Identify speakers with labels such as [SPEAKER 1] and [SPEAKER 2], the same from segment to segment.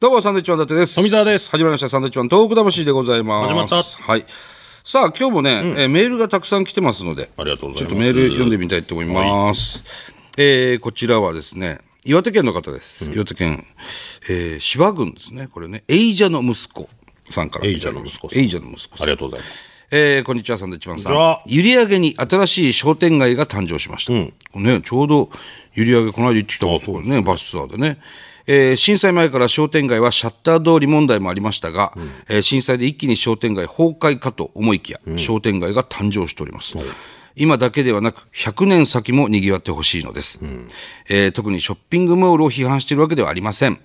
[SPEAKER 1] どうも、サンドイッチマン伊達です。
[SPEAKER 2] 富澤です
[SPEAKER 1] 始まりました、サンドイッチマントーク魂でございます。
[SPEAKER 2] 始まった
[SPEAKER 1] はい。さあ、今日もね、えーメールがたくさん来てますので、
[SPEAKER 2] ありがとうございます
[SPEAKER 1] ちょっとメール読んでみたいと思います。えーこちらはですね、岩手県の方です。岩手県、えー、芝郡ですね。これね、エイジャの息子さんから。
[SPEAKER 2] エイジャの息子さん
[SPEAKER 1] エイジャの息子さ
[SPEAKER 2] あ
[SPEAKER 1] ん。
[SPEAKER 2] りがとうございます。
[SPEAKER 1] えーこんにちは、サンドイッチマンさん
[SPEAKER 2] こんにちは。
[SPEAKER 1] 閖上に新しい商店街が誕生しました。ね、ちょうど閖上、この間行ってきたもんね、バスツアーでね。えー震災前から商店街はシャッター通り問題もありましたが、えー震災で一気に商店街崩壊かと思いきや、商店街が誕生しております。今だけではなく、100年先も賑わってほしいのです、えー特にショッピングモールを批判しているわけではありません。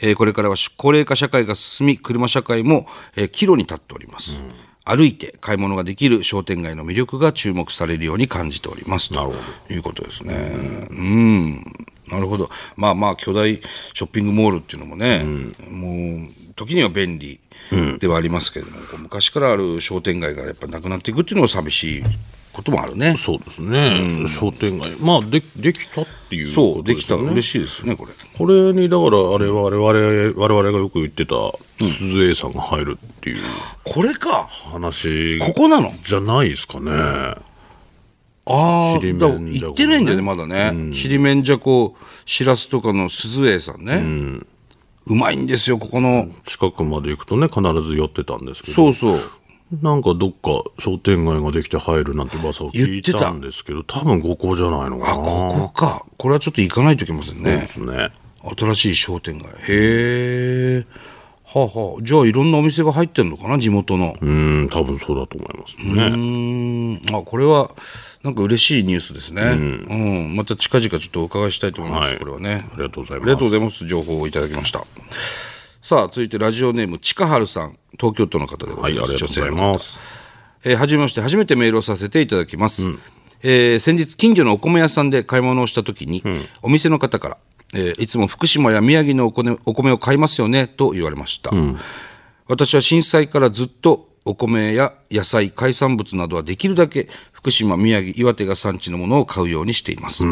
[SPEAKER 1] えーこれからは高齢化社会が進み、車社会も、えー岐路に立っております。歩いて買い物ができる商店街の魅力が注目されるように感じておりますと
[SPEAKER 2] るほ
[SPEAKER 1] いうことですね。うん、なるほど。まあまあ巨大ショッピングモールっていうのもね、もう時には便利ではありますけれども、こう昔からある商店街がやっぱなくなっていくっていうのは寂しいこともあるね。
[SPEAKER 2] そうですね、商店街、まあで、できたっていう
[SPEAKER 1] そ
[SPEAKER 2] こ
[SPEAKER 1] う、
[SPEAKER 2] と
[SPEAKER 1] で
[SPEAKER 2] で
[SPEAKER 1] き
[SPEAKER 2] す
[SPEAKER 1] た
[SPEAKER 2] よ
[SPEAKER 1] ら
[SPEAKER 2] ね。
[SPEAKER 1] 嬉しいですね、これ。
[SPEAKER 2] これに、だから、あれ、我々、我々がよく言ってた、鈴江さんが入るっていう
[SPEAKER 1] これか
[SPEAKER 2] 話
[SPEAKER 1] ここなの
[SPEAKER 2] じゃないですかね。
[SPEAKER 1] ああ、
[SPEAKER 2] ちり
[SPEAKER 1] だから
[SPEAKER 2] めんじゃ
[SPEAKER 1] 行っ
[SPEAKER 2] こね
[SPEAKER 1] てないんだよね、まだね。ちりめんじゃこ、しらすとかの鈴江さんね。うまいんですよ、ここの。
[SPEAKER 2] 近くまで行くとね、必ず寄ってたんですけど、
[SPEAKER 1] そうそう。
[SPEAKER 2] なんかどっか商店街ができて入るなんて噂を聞いたんですけど、多分ここじゃないのかな。
[SPEAKER 1] あ、ここか。これはちょっと行かないといけませんね
[SPEAKER 2] で。すね。
[SPEAKER 1] 新しい商店街。へえ。はあはあ。じゃあいろんなお店が入ってんのかな、地元の。
[SPEAKER 2] うん、多分そうだと思います
[SPEAKER 1] う
[SPEAKER 2] ね。
[SPEAKER 1] ーん。あ、これは、なんか嬉しいニュースですね。うん。また近々ちょっとお伺いしたいと思いま
[SPEAKER 2] は
[SPEAKER 1] す、
[SPEAKER 2] い
[SPEAKER 1] これはね
[SPEAKER 2] あ。りがとうござ
[SPEAKER 1] あ
[SPEAKER 2] い
[SPEAKER 1] りがとう
[SPEAKER 2] ま
[SPEAKER 1] ございます。情報をいただきました。さあ、続いてラジオネーム、ちかはるさん。東京都の方でご
[SPEAKER 2] す。は
[SPEAKER 1] ざ
[SPEAKER 2] い、あ
[SPEAKER 1] い
[SPEAKER 2] り
[SPEAKER 1] ま
[SPEAKER 2] が
[SPEAKER 1] す。
[SPEAKER 2] とうご
[SPEAKER 1] 女性
[SPEAKER 2] ざい
[SPEAKER 1] の
[SPEAKER 2] ます。
[SPEAKER 1] えー、はじめまして、初めてメールをさせていただきます。えー先日、近所のお米屋さんで買い物をしたときに、お店の方から、えーいつも福島や宮城のお米お米を買いますよね、と言われました。私は震災からずっとお米や野菜、海産物などはできるだけ福島、宮城、岩手が産地のものを買うようにしています。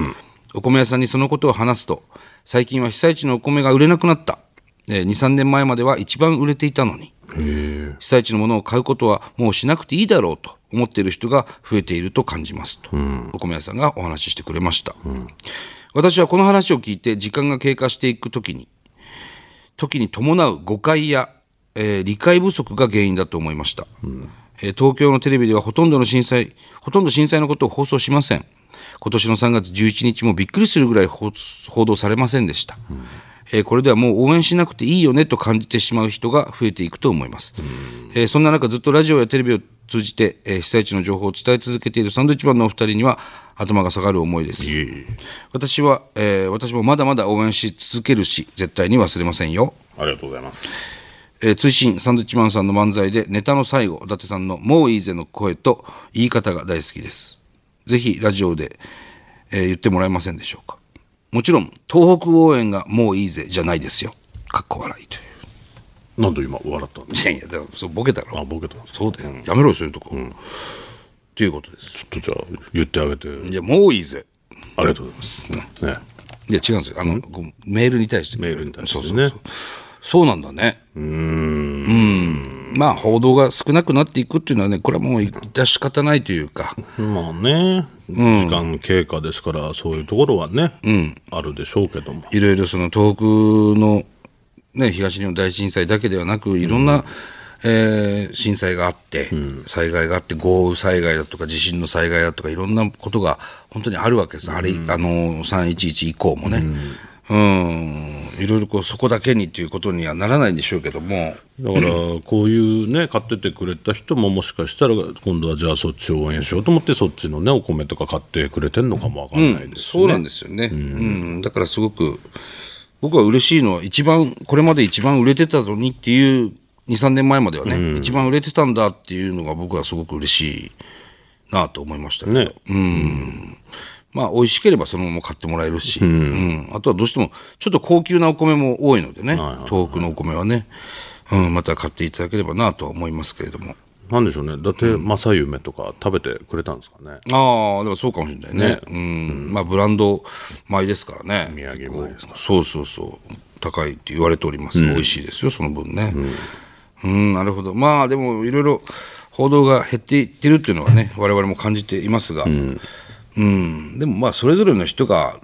[SPEAKER 1] お米屋さんにそのことを話すと、最近は被災地のお米が売れなくなった。えー2、3年前までは一番売れていたのに。被災地のものを買うことはもうしなくていいだろうと思っている人が増えていると感じますと、お米屋さんがお話ししてくれました、私はこの話を聞いて時間が経過していくときに時に伴う誤解や、えー理解不足が原因だと思いました、えー東京のテレビではほとんどの震災ほとんど震災のことを放送しません今年の3月11日もびっくりするぐらい報報道されませんでした、えーこれではもう応援しなくていいよねと感じてしまう人が増えていくと思います、えーそんな中ずっとラジオやテレビを通じて、えー被災地の情報を伝え続けているサンドウィッチマンのお二人には頭が下がる思いです私は、えー私もまだまだ応援し続けるし絶対に忘れませんよ
[SPEAKER 2] ありがとうございます。
[SPEAKER 1] えー追伸サンドウィッチマンさんの漫才でネタの最後伊達さんの「もういいぜ」の声と言い方が大好きですぜひラジオで、えー言ってもらえませんでしょうかもちろん東北応援が「もういいぜ」じゃないですよかっこ笑いとい
[SPEAKER 2] なんで今笑ったんです
[SPEAKER 1] ういやいやだからそうボケた
[SPEAKER 2] かあ、
[SPEAKER 1] ろ
[SPEAKER 2] ボケたんですか
[SPEAKER 1] そうだよ、やめろよそういうとこ、ということです
[SPEAKER 2] ちょっとじゃあ言ってあげて、
[SPEAKER 1] いやもういいぜ
[SPEAKER 2] ありがとうございます。ね。
[SPEAKER 1] いや違うんですよあの、こうメールに対して
[SPEAKER 2] メールに対してね
[SPEAKER 1] そうそうそうそうなんだねうんんまあ報道が少なくなっていくっていうのはねこれはもう致し方ないというか
[SPEAKER 2] まあね、時間経過ですから、そういうところはね、あるでしょうけども。
[SPEAKER 1] いろいろその東北の、ね、東日本大震災だけではなくいろんな、えー震災があって、災害があって豪雨災害だとか地震の災害だとかいろんなことが本当にあるわけです、あれあの311以降もね。うんいろいろこうそこだけにということにはならないんでしょうけども、
[SPEAKER 2] だから、こういうね、買っててくれた人ももしかしたら、今度はじゃあそっちを応援しようと思って、そっちのね、お米とか買ってくれてんのかもわかんないですし
[SPEAKER 1] そうなんですよね、うんだからすごく僕は嬉しいのは一番これまで一番売れてたのにっていう23年前まではね、一番売れてたんだっていうのが僕はすごく嬉しいなと思いましたけど、
[SPEAKER 2] ね。
[SPEAKER 1] まあ美味しければそのまま買ってもらえるし、うんあとはどうしてもちょっと高級なお米も多いのでね、東北のお米はね、うん、また買っていただければなとは思いますけれども
[SPEAKER 2] なんでしょうね。だって、正夢とか食べてくれたんですかね。
[SPEAKER 1] ああ、でもそうかもしれないね。うん。まあ、ブランド米ですからね。
[SPEAKER 2] 宮城米です
[SPEAKER 1] そうそうそう。高いって言われております、美味しいですよその分ねうんなるほどまあでもいろいろ報道が減っていってるっていうのはね我々も感じていますが、うんでもまあそれぞれの人が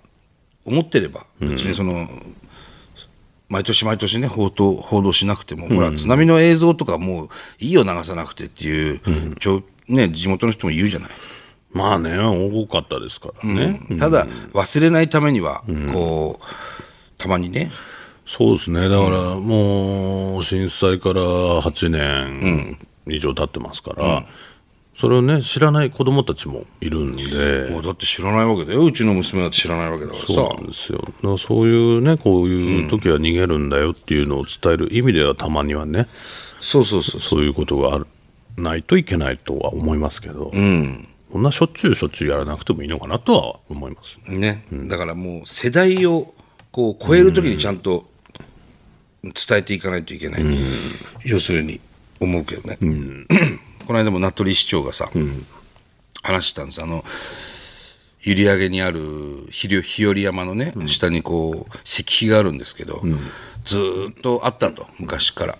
[SPEAKER 1] 思ってれば別にその、毎年毎年ね報道報道しなくても、ほら津波の映像とかもういいよ流さなくてっていう、ちょね、地元の人も言うじゃない、
[SPEAKER 2] まあね多かったですからね、
[SPEAKER 1] ただ忘れないためには、こうたまにね
[SPEAKER 2] そうですねだからもう震災から8年以上経ってますから、それをね知らない子供たちもいるんで。
[SPEAKER 1] もうだって知らないわけだようちの娘だって知らないわけだから
[SPEAKER 2] そう
[SPEAKER 1] さ
[SPEAKER 2] なんですよだからそういうねこういう時は逃げるんだよっていうのを伝える意味ではたまにはね
[SPEAKER 1] そうそうそうそう
[SPEAKER 2] そういうことがあるないといけないとは思いますけど、そんなしょっちゅうしょっちゅうやらなくてもいいのかなとは思います
[SPEAKER 1] ね、だからもう世代をこう超えるときにちゃんと伝えていかないといけない、要するに思うけどね、この間も名取市長がさ、話したんですあの閖上にある日り日和山のね、下にこう石碑があるんですけど、ずーっとあったと昔から、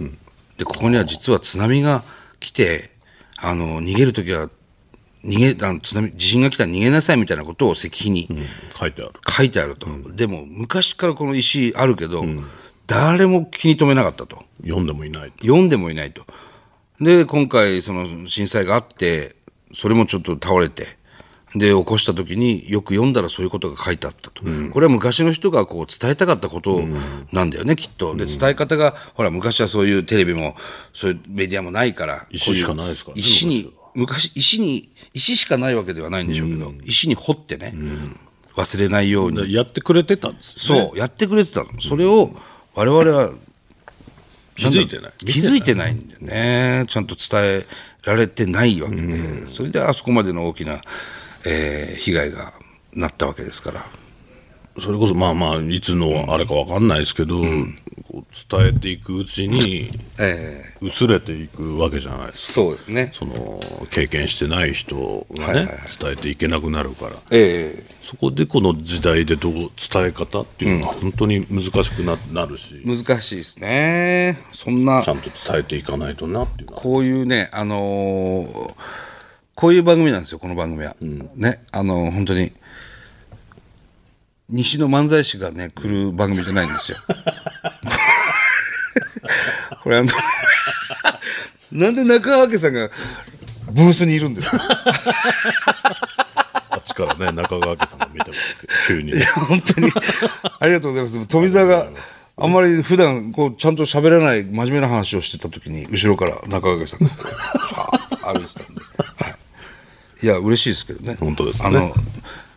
[SPEAKER 1] でここには実は津波が来てあの逃げる時は逃げあの津波地震が来たら逃げなさいみたいなことを石碑に、
[SPEAKER 2] 書いてある
[SPEAKER 1] 書いてあると、でも昔からこの石あるけど、誰も気に留めなかったと
[SPEAKER 2] 読んでもいない
[SPEAKER 1] 読んでもいないとで今回その震災があってそれもちょっと倒れてで起こした時によく読んだらそういうことが書いてあったと、これは昔の人がこう伝えたかったことなんだよね、きっとで伝え方がほら昔はそういうテレビもそういうメディアもないから
[SPEAKER 2] 石しかないですからね
[SPEAKER 1] 石に昔石に石しかないわけではないんでしょうけど、石に掘ってね、忘れないように
[SPEAKER 2] でやってくれてたんですよね
[SPEAKER 1] そう、やってくれてたの。それを我々は
[SPEAKER 2] 気づいてない
[SPEAKER 1] 気づいてないんだよね。ちゃんと伝えられてないわけで、それであそこまでの大きな、えー被害がなったわけですから。
[SPEAKER 2] それこそまあまあいつのあれかわかんないですけど、こう伝えていくうちに
[SPEAKER 1] えー
[SPEAKER 2] 薄れていくわけじゃないですか
[SPEAKER 1] そうですね。
[SPEAKER 2] その経験してない人が
[SPEAKER 1] は
[SPEAKER 2] ね、
[SPEAKER 1] いはい
[SPEAKER 2] 伝えていけなくなるから
[SPEAKER 1] ええ
[SPEAKER 2] そこでこの時代でどう伝え方っていうのが本当に難しくななるし、
[SPEAKER 1] 難しいですね。そんな
[SPEAKER 2] ちゃんと伝えていかないとなっ ていうのは
[SPEAKER 1] こういうね、あのーこういう番組なんですよ、この番組は。ね、あのー本当に、西の漫才師がね、来る番組じゃないんですよ。これあの、なんで中川家さんがブースにいるんですか
[SPEAKER 2] あっちからね中川家さんが見てますけど急に
[SPEAKER 1] 本当に。ありがとうございます。富澤が、あんまり普段こうちゃんと喋らない真面目な話をしてた時に後ろから中川家さんがはあ歩いてたんで、はい、いや嬉しいですけどね
[SPEAKER 2] 本当ですね
[SPEAKER 1] あの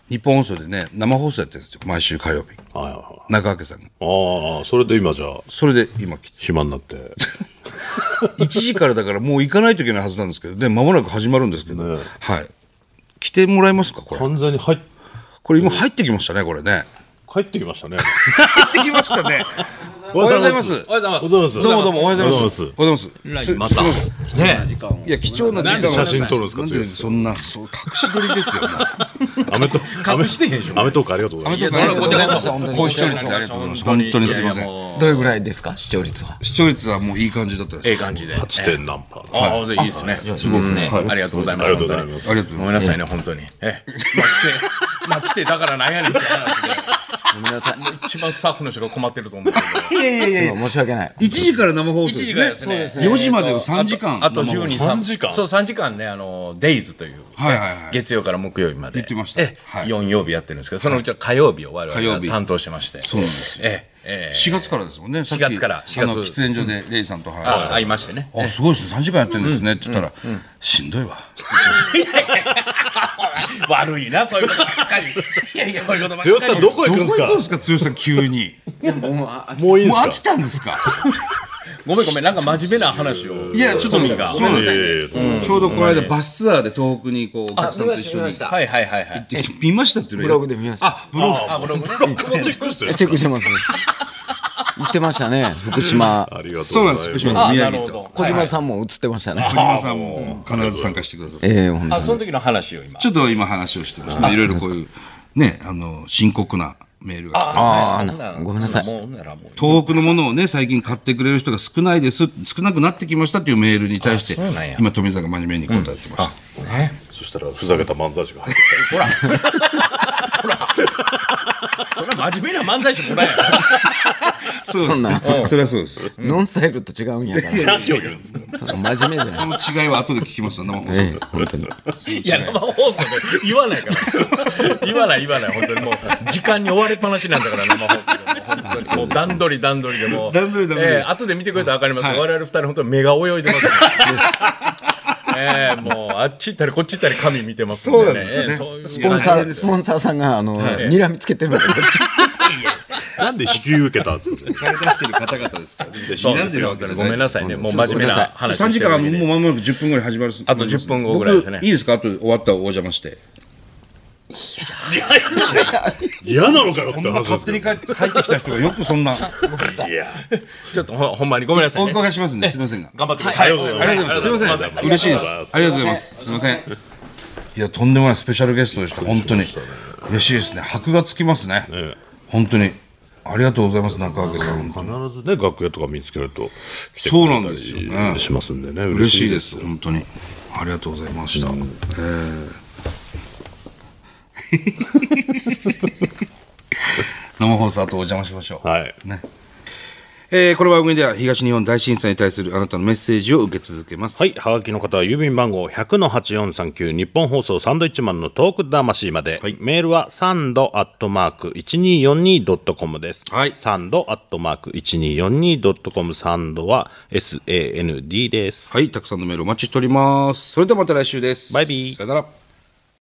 [SPEAKER 1] 日本放送でね生放送やってるんですよ毎週火曜日
[SPEAKER 2] はいはいはい
[SPEAKER 1] 中川家さんが
[SPEAKER 2] ああそれで今じゃあ
[SPEAKER 1] それで今来て
[SPEAKER 2] 暇になって
[SPEAKER 1] 1時からだからもう行かないといけないはずなんですけどね間もなく始まるんですけど、
[SPEAKER 2] ね
[SPEAKER 1] はい来てもらえますかこれ
[SPEAKER 2] 完全に入っ
[SPEAKER 1] これ今入ってきましたねこれね
[SPEAKER 2] 帰ってきま したね
[SPEAKER 1] 入ってきました ねおはようございます
[SPEAKER 3] おはようご
[SPEAKER 2] おはようござい
[SPEAKER 3] ざい
[SPEAKER 2] ます
[SPEAKER 1] どうもどうもおはようございます
[SPEAKER 2] おはよう
[SPEAKER 1] おはようございます
[SPEAKER 3] ます。またね時間を
[SPEAKER 1] いや、貴重な時間を
[SPEAKER 2] なんで写真撮るんですか
[SPEAKER 1] なん
[SPEAKER 2] 剛
[SPEAKER 1] で
[SPEAKER 2] さん
[SPEAKER 1] そんな、そう、隠し撮りですよ。
[SPEAKER 2] アメトアメ
[SPEAKER 3] 隠してへんでしょ
[SPEAKER 2] アメトークありがとうございます
[SPEAKER 3] やどうもこちらこそ
[SPEAKER 1] 本当にご視聴いただきありがとうございます。本当にすみませ
[SPEAKER 3] いやいや
[SPEAKER 1] ん。
[SPEAKER 3] もうどれぐらいですか視聴率は
[SPEAKER 1] 視聴率はもういい感じだったです。
[SPEAKER 3] ええ感じで
[SPEAKER 2] 8点何パー
[SPEAKER 3] ああいいですねすごいですねありがとうございます
[SPEAKER 2] ありがとうございます
[SPEAKER 1] ありがとうござい
[SPEAKER 3] 本当にご
[SPEAKER 1] ま
[SPEAKER 3] めんなさいね本当に ええまあ来てまあ来てだからなんやねんって話でごめんなさいもう一番スタッフの人が困ってると思うけど
[SPEAKER 1] す。いやいやいやいや、
[SPEAKER 4] 申し訳ない。
[SPEAKER 1] 1時から生放送で
[SPEAKER 3] 1
[SPEAKER 1] す
[SPEAKER 3] 時からで
[SPEAKER 1] ね。
[SPEAKER 3] すね
[SPEAKER 1] 4時までの3時間
[SPEAKER 3] あと週に3
[SPEAKER 2] 3時間
[SPEAKER 3] そう3時間ねあのデイズという
[SPEAKER 1] はいはいはい。
[SPEAKER 3] 月曜から木曜日まで
[SPEAKER 1] 言ってました
[SPEAKER 3] え
[SPEAKER 1] はい
[SPEAKER 3] 4曜日やってるんですけどそのうちは火曜日を我
[SPEAKER 1] 火曜
[SPEAKER 3] 々
[SPEAKER 1] 日
[SPEAKER 3] が担当してまして
[SPEAKER 1] そうなんです
[SPEAKER 3] ええええ
[SPEAKER 1] 4月からですもんね。さっき
[SPEAKER 3] 4月から
[SPEAKER 1] あの
[SPEAKER 3] 4月
[SPEAKER 1] 喫煙所でレイさんと話し
[SPEAKER 3] あ
[SPEAKER 1] て。
[SPEAKER 3] 会いましてね
[SPEAKER 1] あ、すごいですね。3時間やってるんですね。って言ったら、しんどいわ。
[SPEAKER 3] 悪いな、そういうことばっかり。そういうことばっかり。
[SPEAKER 2] 剛さんどこ
[SPEAKER 1] ど
[SPEAKER 2] 行
[SPEAKER 1] こ
[SPEAKER 2] くん
[SPEAKER 1] 行
[SPEAKER 2] です
[SPEAKER 1] くん
[SPEAKER 2] か
[SPEAKER 1] ですか、剛さん、急に。
[SPEAKER 2] もういいで
[SPEAKER 1] もう
[SPEAKER 2] すか
[SPEAKER 1] 飽きたんです か。
[SPEAKER 3] ごめんごめん、なんか真面目な話を。
[SPEAKER 1] いや、ちょっと、
[SPEAKER 3] ト
[SPEAKER 1] す
[SPEAKER 3] ミ
[SPEAKER 1] み
[SPEAKER 3] ーが。
[SPEAKER 1] ません
[SPEAKER 2] いやいやいやそんな
[SPEAKER 1] ちょうどこの間、バスツアーで東北にこう、お客さんと一緒に。
[SPEAKER 4] た。
[SPEAKER 3] はいはいはいはい。
[SPEAKER 1] で見ましたってブ
[SPEAKER 4] ブログで見ました。
[SPEAKER 1] ブログ
[SPEAKER 3] あ、ブログね。
[SPEAKER 2] チェックして
[SPEAKER 4] チェックしてます。言ってましたね。福島。
[SPEAKER 2] ありがと
[SPEAKER 1] そうう
[SPEAKER 2] ご
[SPEAKER 1] なんで
[SPEAKER 2] ざ
[SPEAKER 1] す
[SPEAKER 2] い
[SPEAKER 1] 福
[SPEAKER 2] ま
[SPEAKER 1] 島の
[SPEAKER 2] す
[SPEAKER 3] あ、
[SPEAKER 1] 宮
[SPEAKER 3] な
[SPEAKER 1] 城と
[SPEAKER 3] るほど。
[SPEAKER 4] 小島さんも映ってましたね。
[SPEAKER 1] 小島さんも必ず参加してくださる
[SPEAKER 4] ええ、本当
[SPEAKER 3] あ、
[SPEAKER 4] に。
[SPEAKER 3] その時の話を今
[SPEAKER 1] ち。ょっと今話をしてましたねいろいろこういうねあの深刻なメールが来た
[SPEAKER 4] あー
[SPEAKER 3] ほな
[SPEAKER 4] ごめんなさい
[SPEAKER 3] ほもうほならもう
[SPEAKER 1] 東北のものをね、最近買ってくれる人が少ないです、少なくなってきましたというメールに対して
[SPEAKER 3] あそうなんや、
[SPEAKER 1] 今、富澤が真面目に答えてました。
[SPEAKER 2] そしたらふざけた漫才師が入ってき
[SPEAKER 3] ほら。ほら。それは真面目な漫才師もらえや。
[SPEAKER 1] そう
[SPEAKER 4] そんな
[SPEAKER 1] です。それはそうです。
[SPEAKER 4] ノンスタイルと違うんやから
[SPEAKER 2] た何を言うんですか
[SPEAKER 4] そう真面目じゃな
[SPEAKER 1] そ
[SPEAKER 4] い。
[SPEAKER 1] の違いは後で聞きますよ、生放送
[SPEAKER 4] え
[SPEAKER 1] で
[SPEAKER 4] え、本当に。
[SPEAKER 3] いや、生放送で言わないから。言わない言わない、本当にもう、時間に追われっぱなしなんだから、生放送でもう。本当にもう段取り段取りでもう。
[SPEAKER 1] 段取り段取り
[SPEAKER 3] ええ後で見てくれたらわかります。
[SPEAKER 1] はい
[SPEAKER 3] 我々二人、本当に目が泳いでますね。ええもう、あっち行ったり、こっち行ったり、髪見てますん
[SPEAKER 1] そうなんですね
[SPEAKER 3] ええそういう
[SPEAKER 4] スポンサー、スポンサーさんが、あの、睨みつけてるので、こっち
[SPEAKER 2] なんで引き受けたんですかね
[SPEAKER 1] 垂れ出してる方々ですから、
[SPEAKER 3] そう
[SPEAKER 1] 睨
[SPEAKER 3] で
[SPEAKER 1] ん
[SPEAKER 3] す
[SPEAKER 1] でる
[SPEAKER 3] よ
[SPEAKER 1] わけじゃ
[SPEAKER 3] ごめん
[SPEAKER 1] ない。
[SPEAKER 3] なさいね。もう真面目な話を
[SPEAKER 1] 3
[SPEAKER 3] し
[SPEAKER 1] 時
[SPEAKER 3] てる
[SPEAKER 1] 間
[SPEAKER 3] わけ
[SPEAKER 1] も
[SPEAKER 3] で
[SPEAKER 1] う間もなく10分ぐらい始まる
[SPEAKER 3] あと10分後ぐらいですね
[SPEAKER 1] 僕いいですかあと終わったらお邪魔して
[SPEAKER 2] 嫌なのかよって話で
[SPEAKER 1] 勝
[SPEAKER 2] す
[SPEAKER 1] 手
[SPEAKER 2] け
[SPEAKER 1] に帰って帰ってきた人がよくそんな
[SPEAKER 2] どいや
[SPEAKER 3] ちょっとほほんまにごめんなさい
[SPEAKER 1] お
[SPEAKER 3] ね。
[SPEAKER 1] 伺いしますんですいませんが
[SPEAKER 3] 頑張ってください。ありがとうご
[SPEAKER 1] ありがとうございます。すみません。嬉しいです。ありがとうございます。すみません。いや、とんでもないスペシャルゲストでした。本当に。嬉しいですね。箔がつきますね。本当に。ありがとうございます、中川家さん。本当に
[SPEAKER 2] 必ずね楽屋とか見つけると来てく
[SPEAKER 1] そう
[SPEAKER 2] れ
[SPEAKER 1] なん
[SPEAKER 2] たり
[SPEAKER 1] ですよね
[SPEAKER 2] しますんでね
[SPEAKER 1] 嬉しいです、本当に。ありがとうございました。えー生放送後お邪魔しましょう。
[SPEAKER 2] はい
[SPEAKER 1] ね。えーこの番組では東日本大震災に対するあなたのメッセージを受け続けます。
[SPEAKER 2] はい。はがきの方は郵便番号100の8439日本放送サンドイッチマンのトーク魂まで、メールはサンドアットマーク 1242.com です、
[SPEAKER 1] はい
[SPEAKER 2] サンドアットマーク 1242.com サンドは SAND です
[SPEAKER 1] はい、たくさんのメールお待ちしております。それではまた来週です。
[SPEAKER 2] バイビー
[SPEAKER 1] さよなら。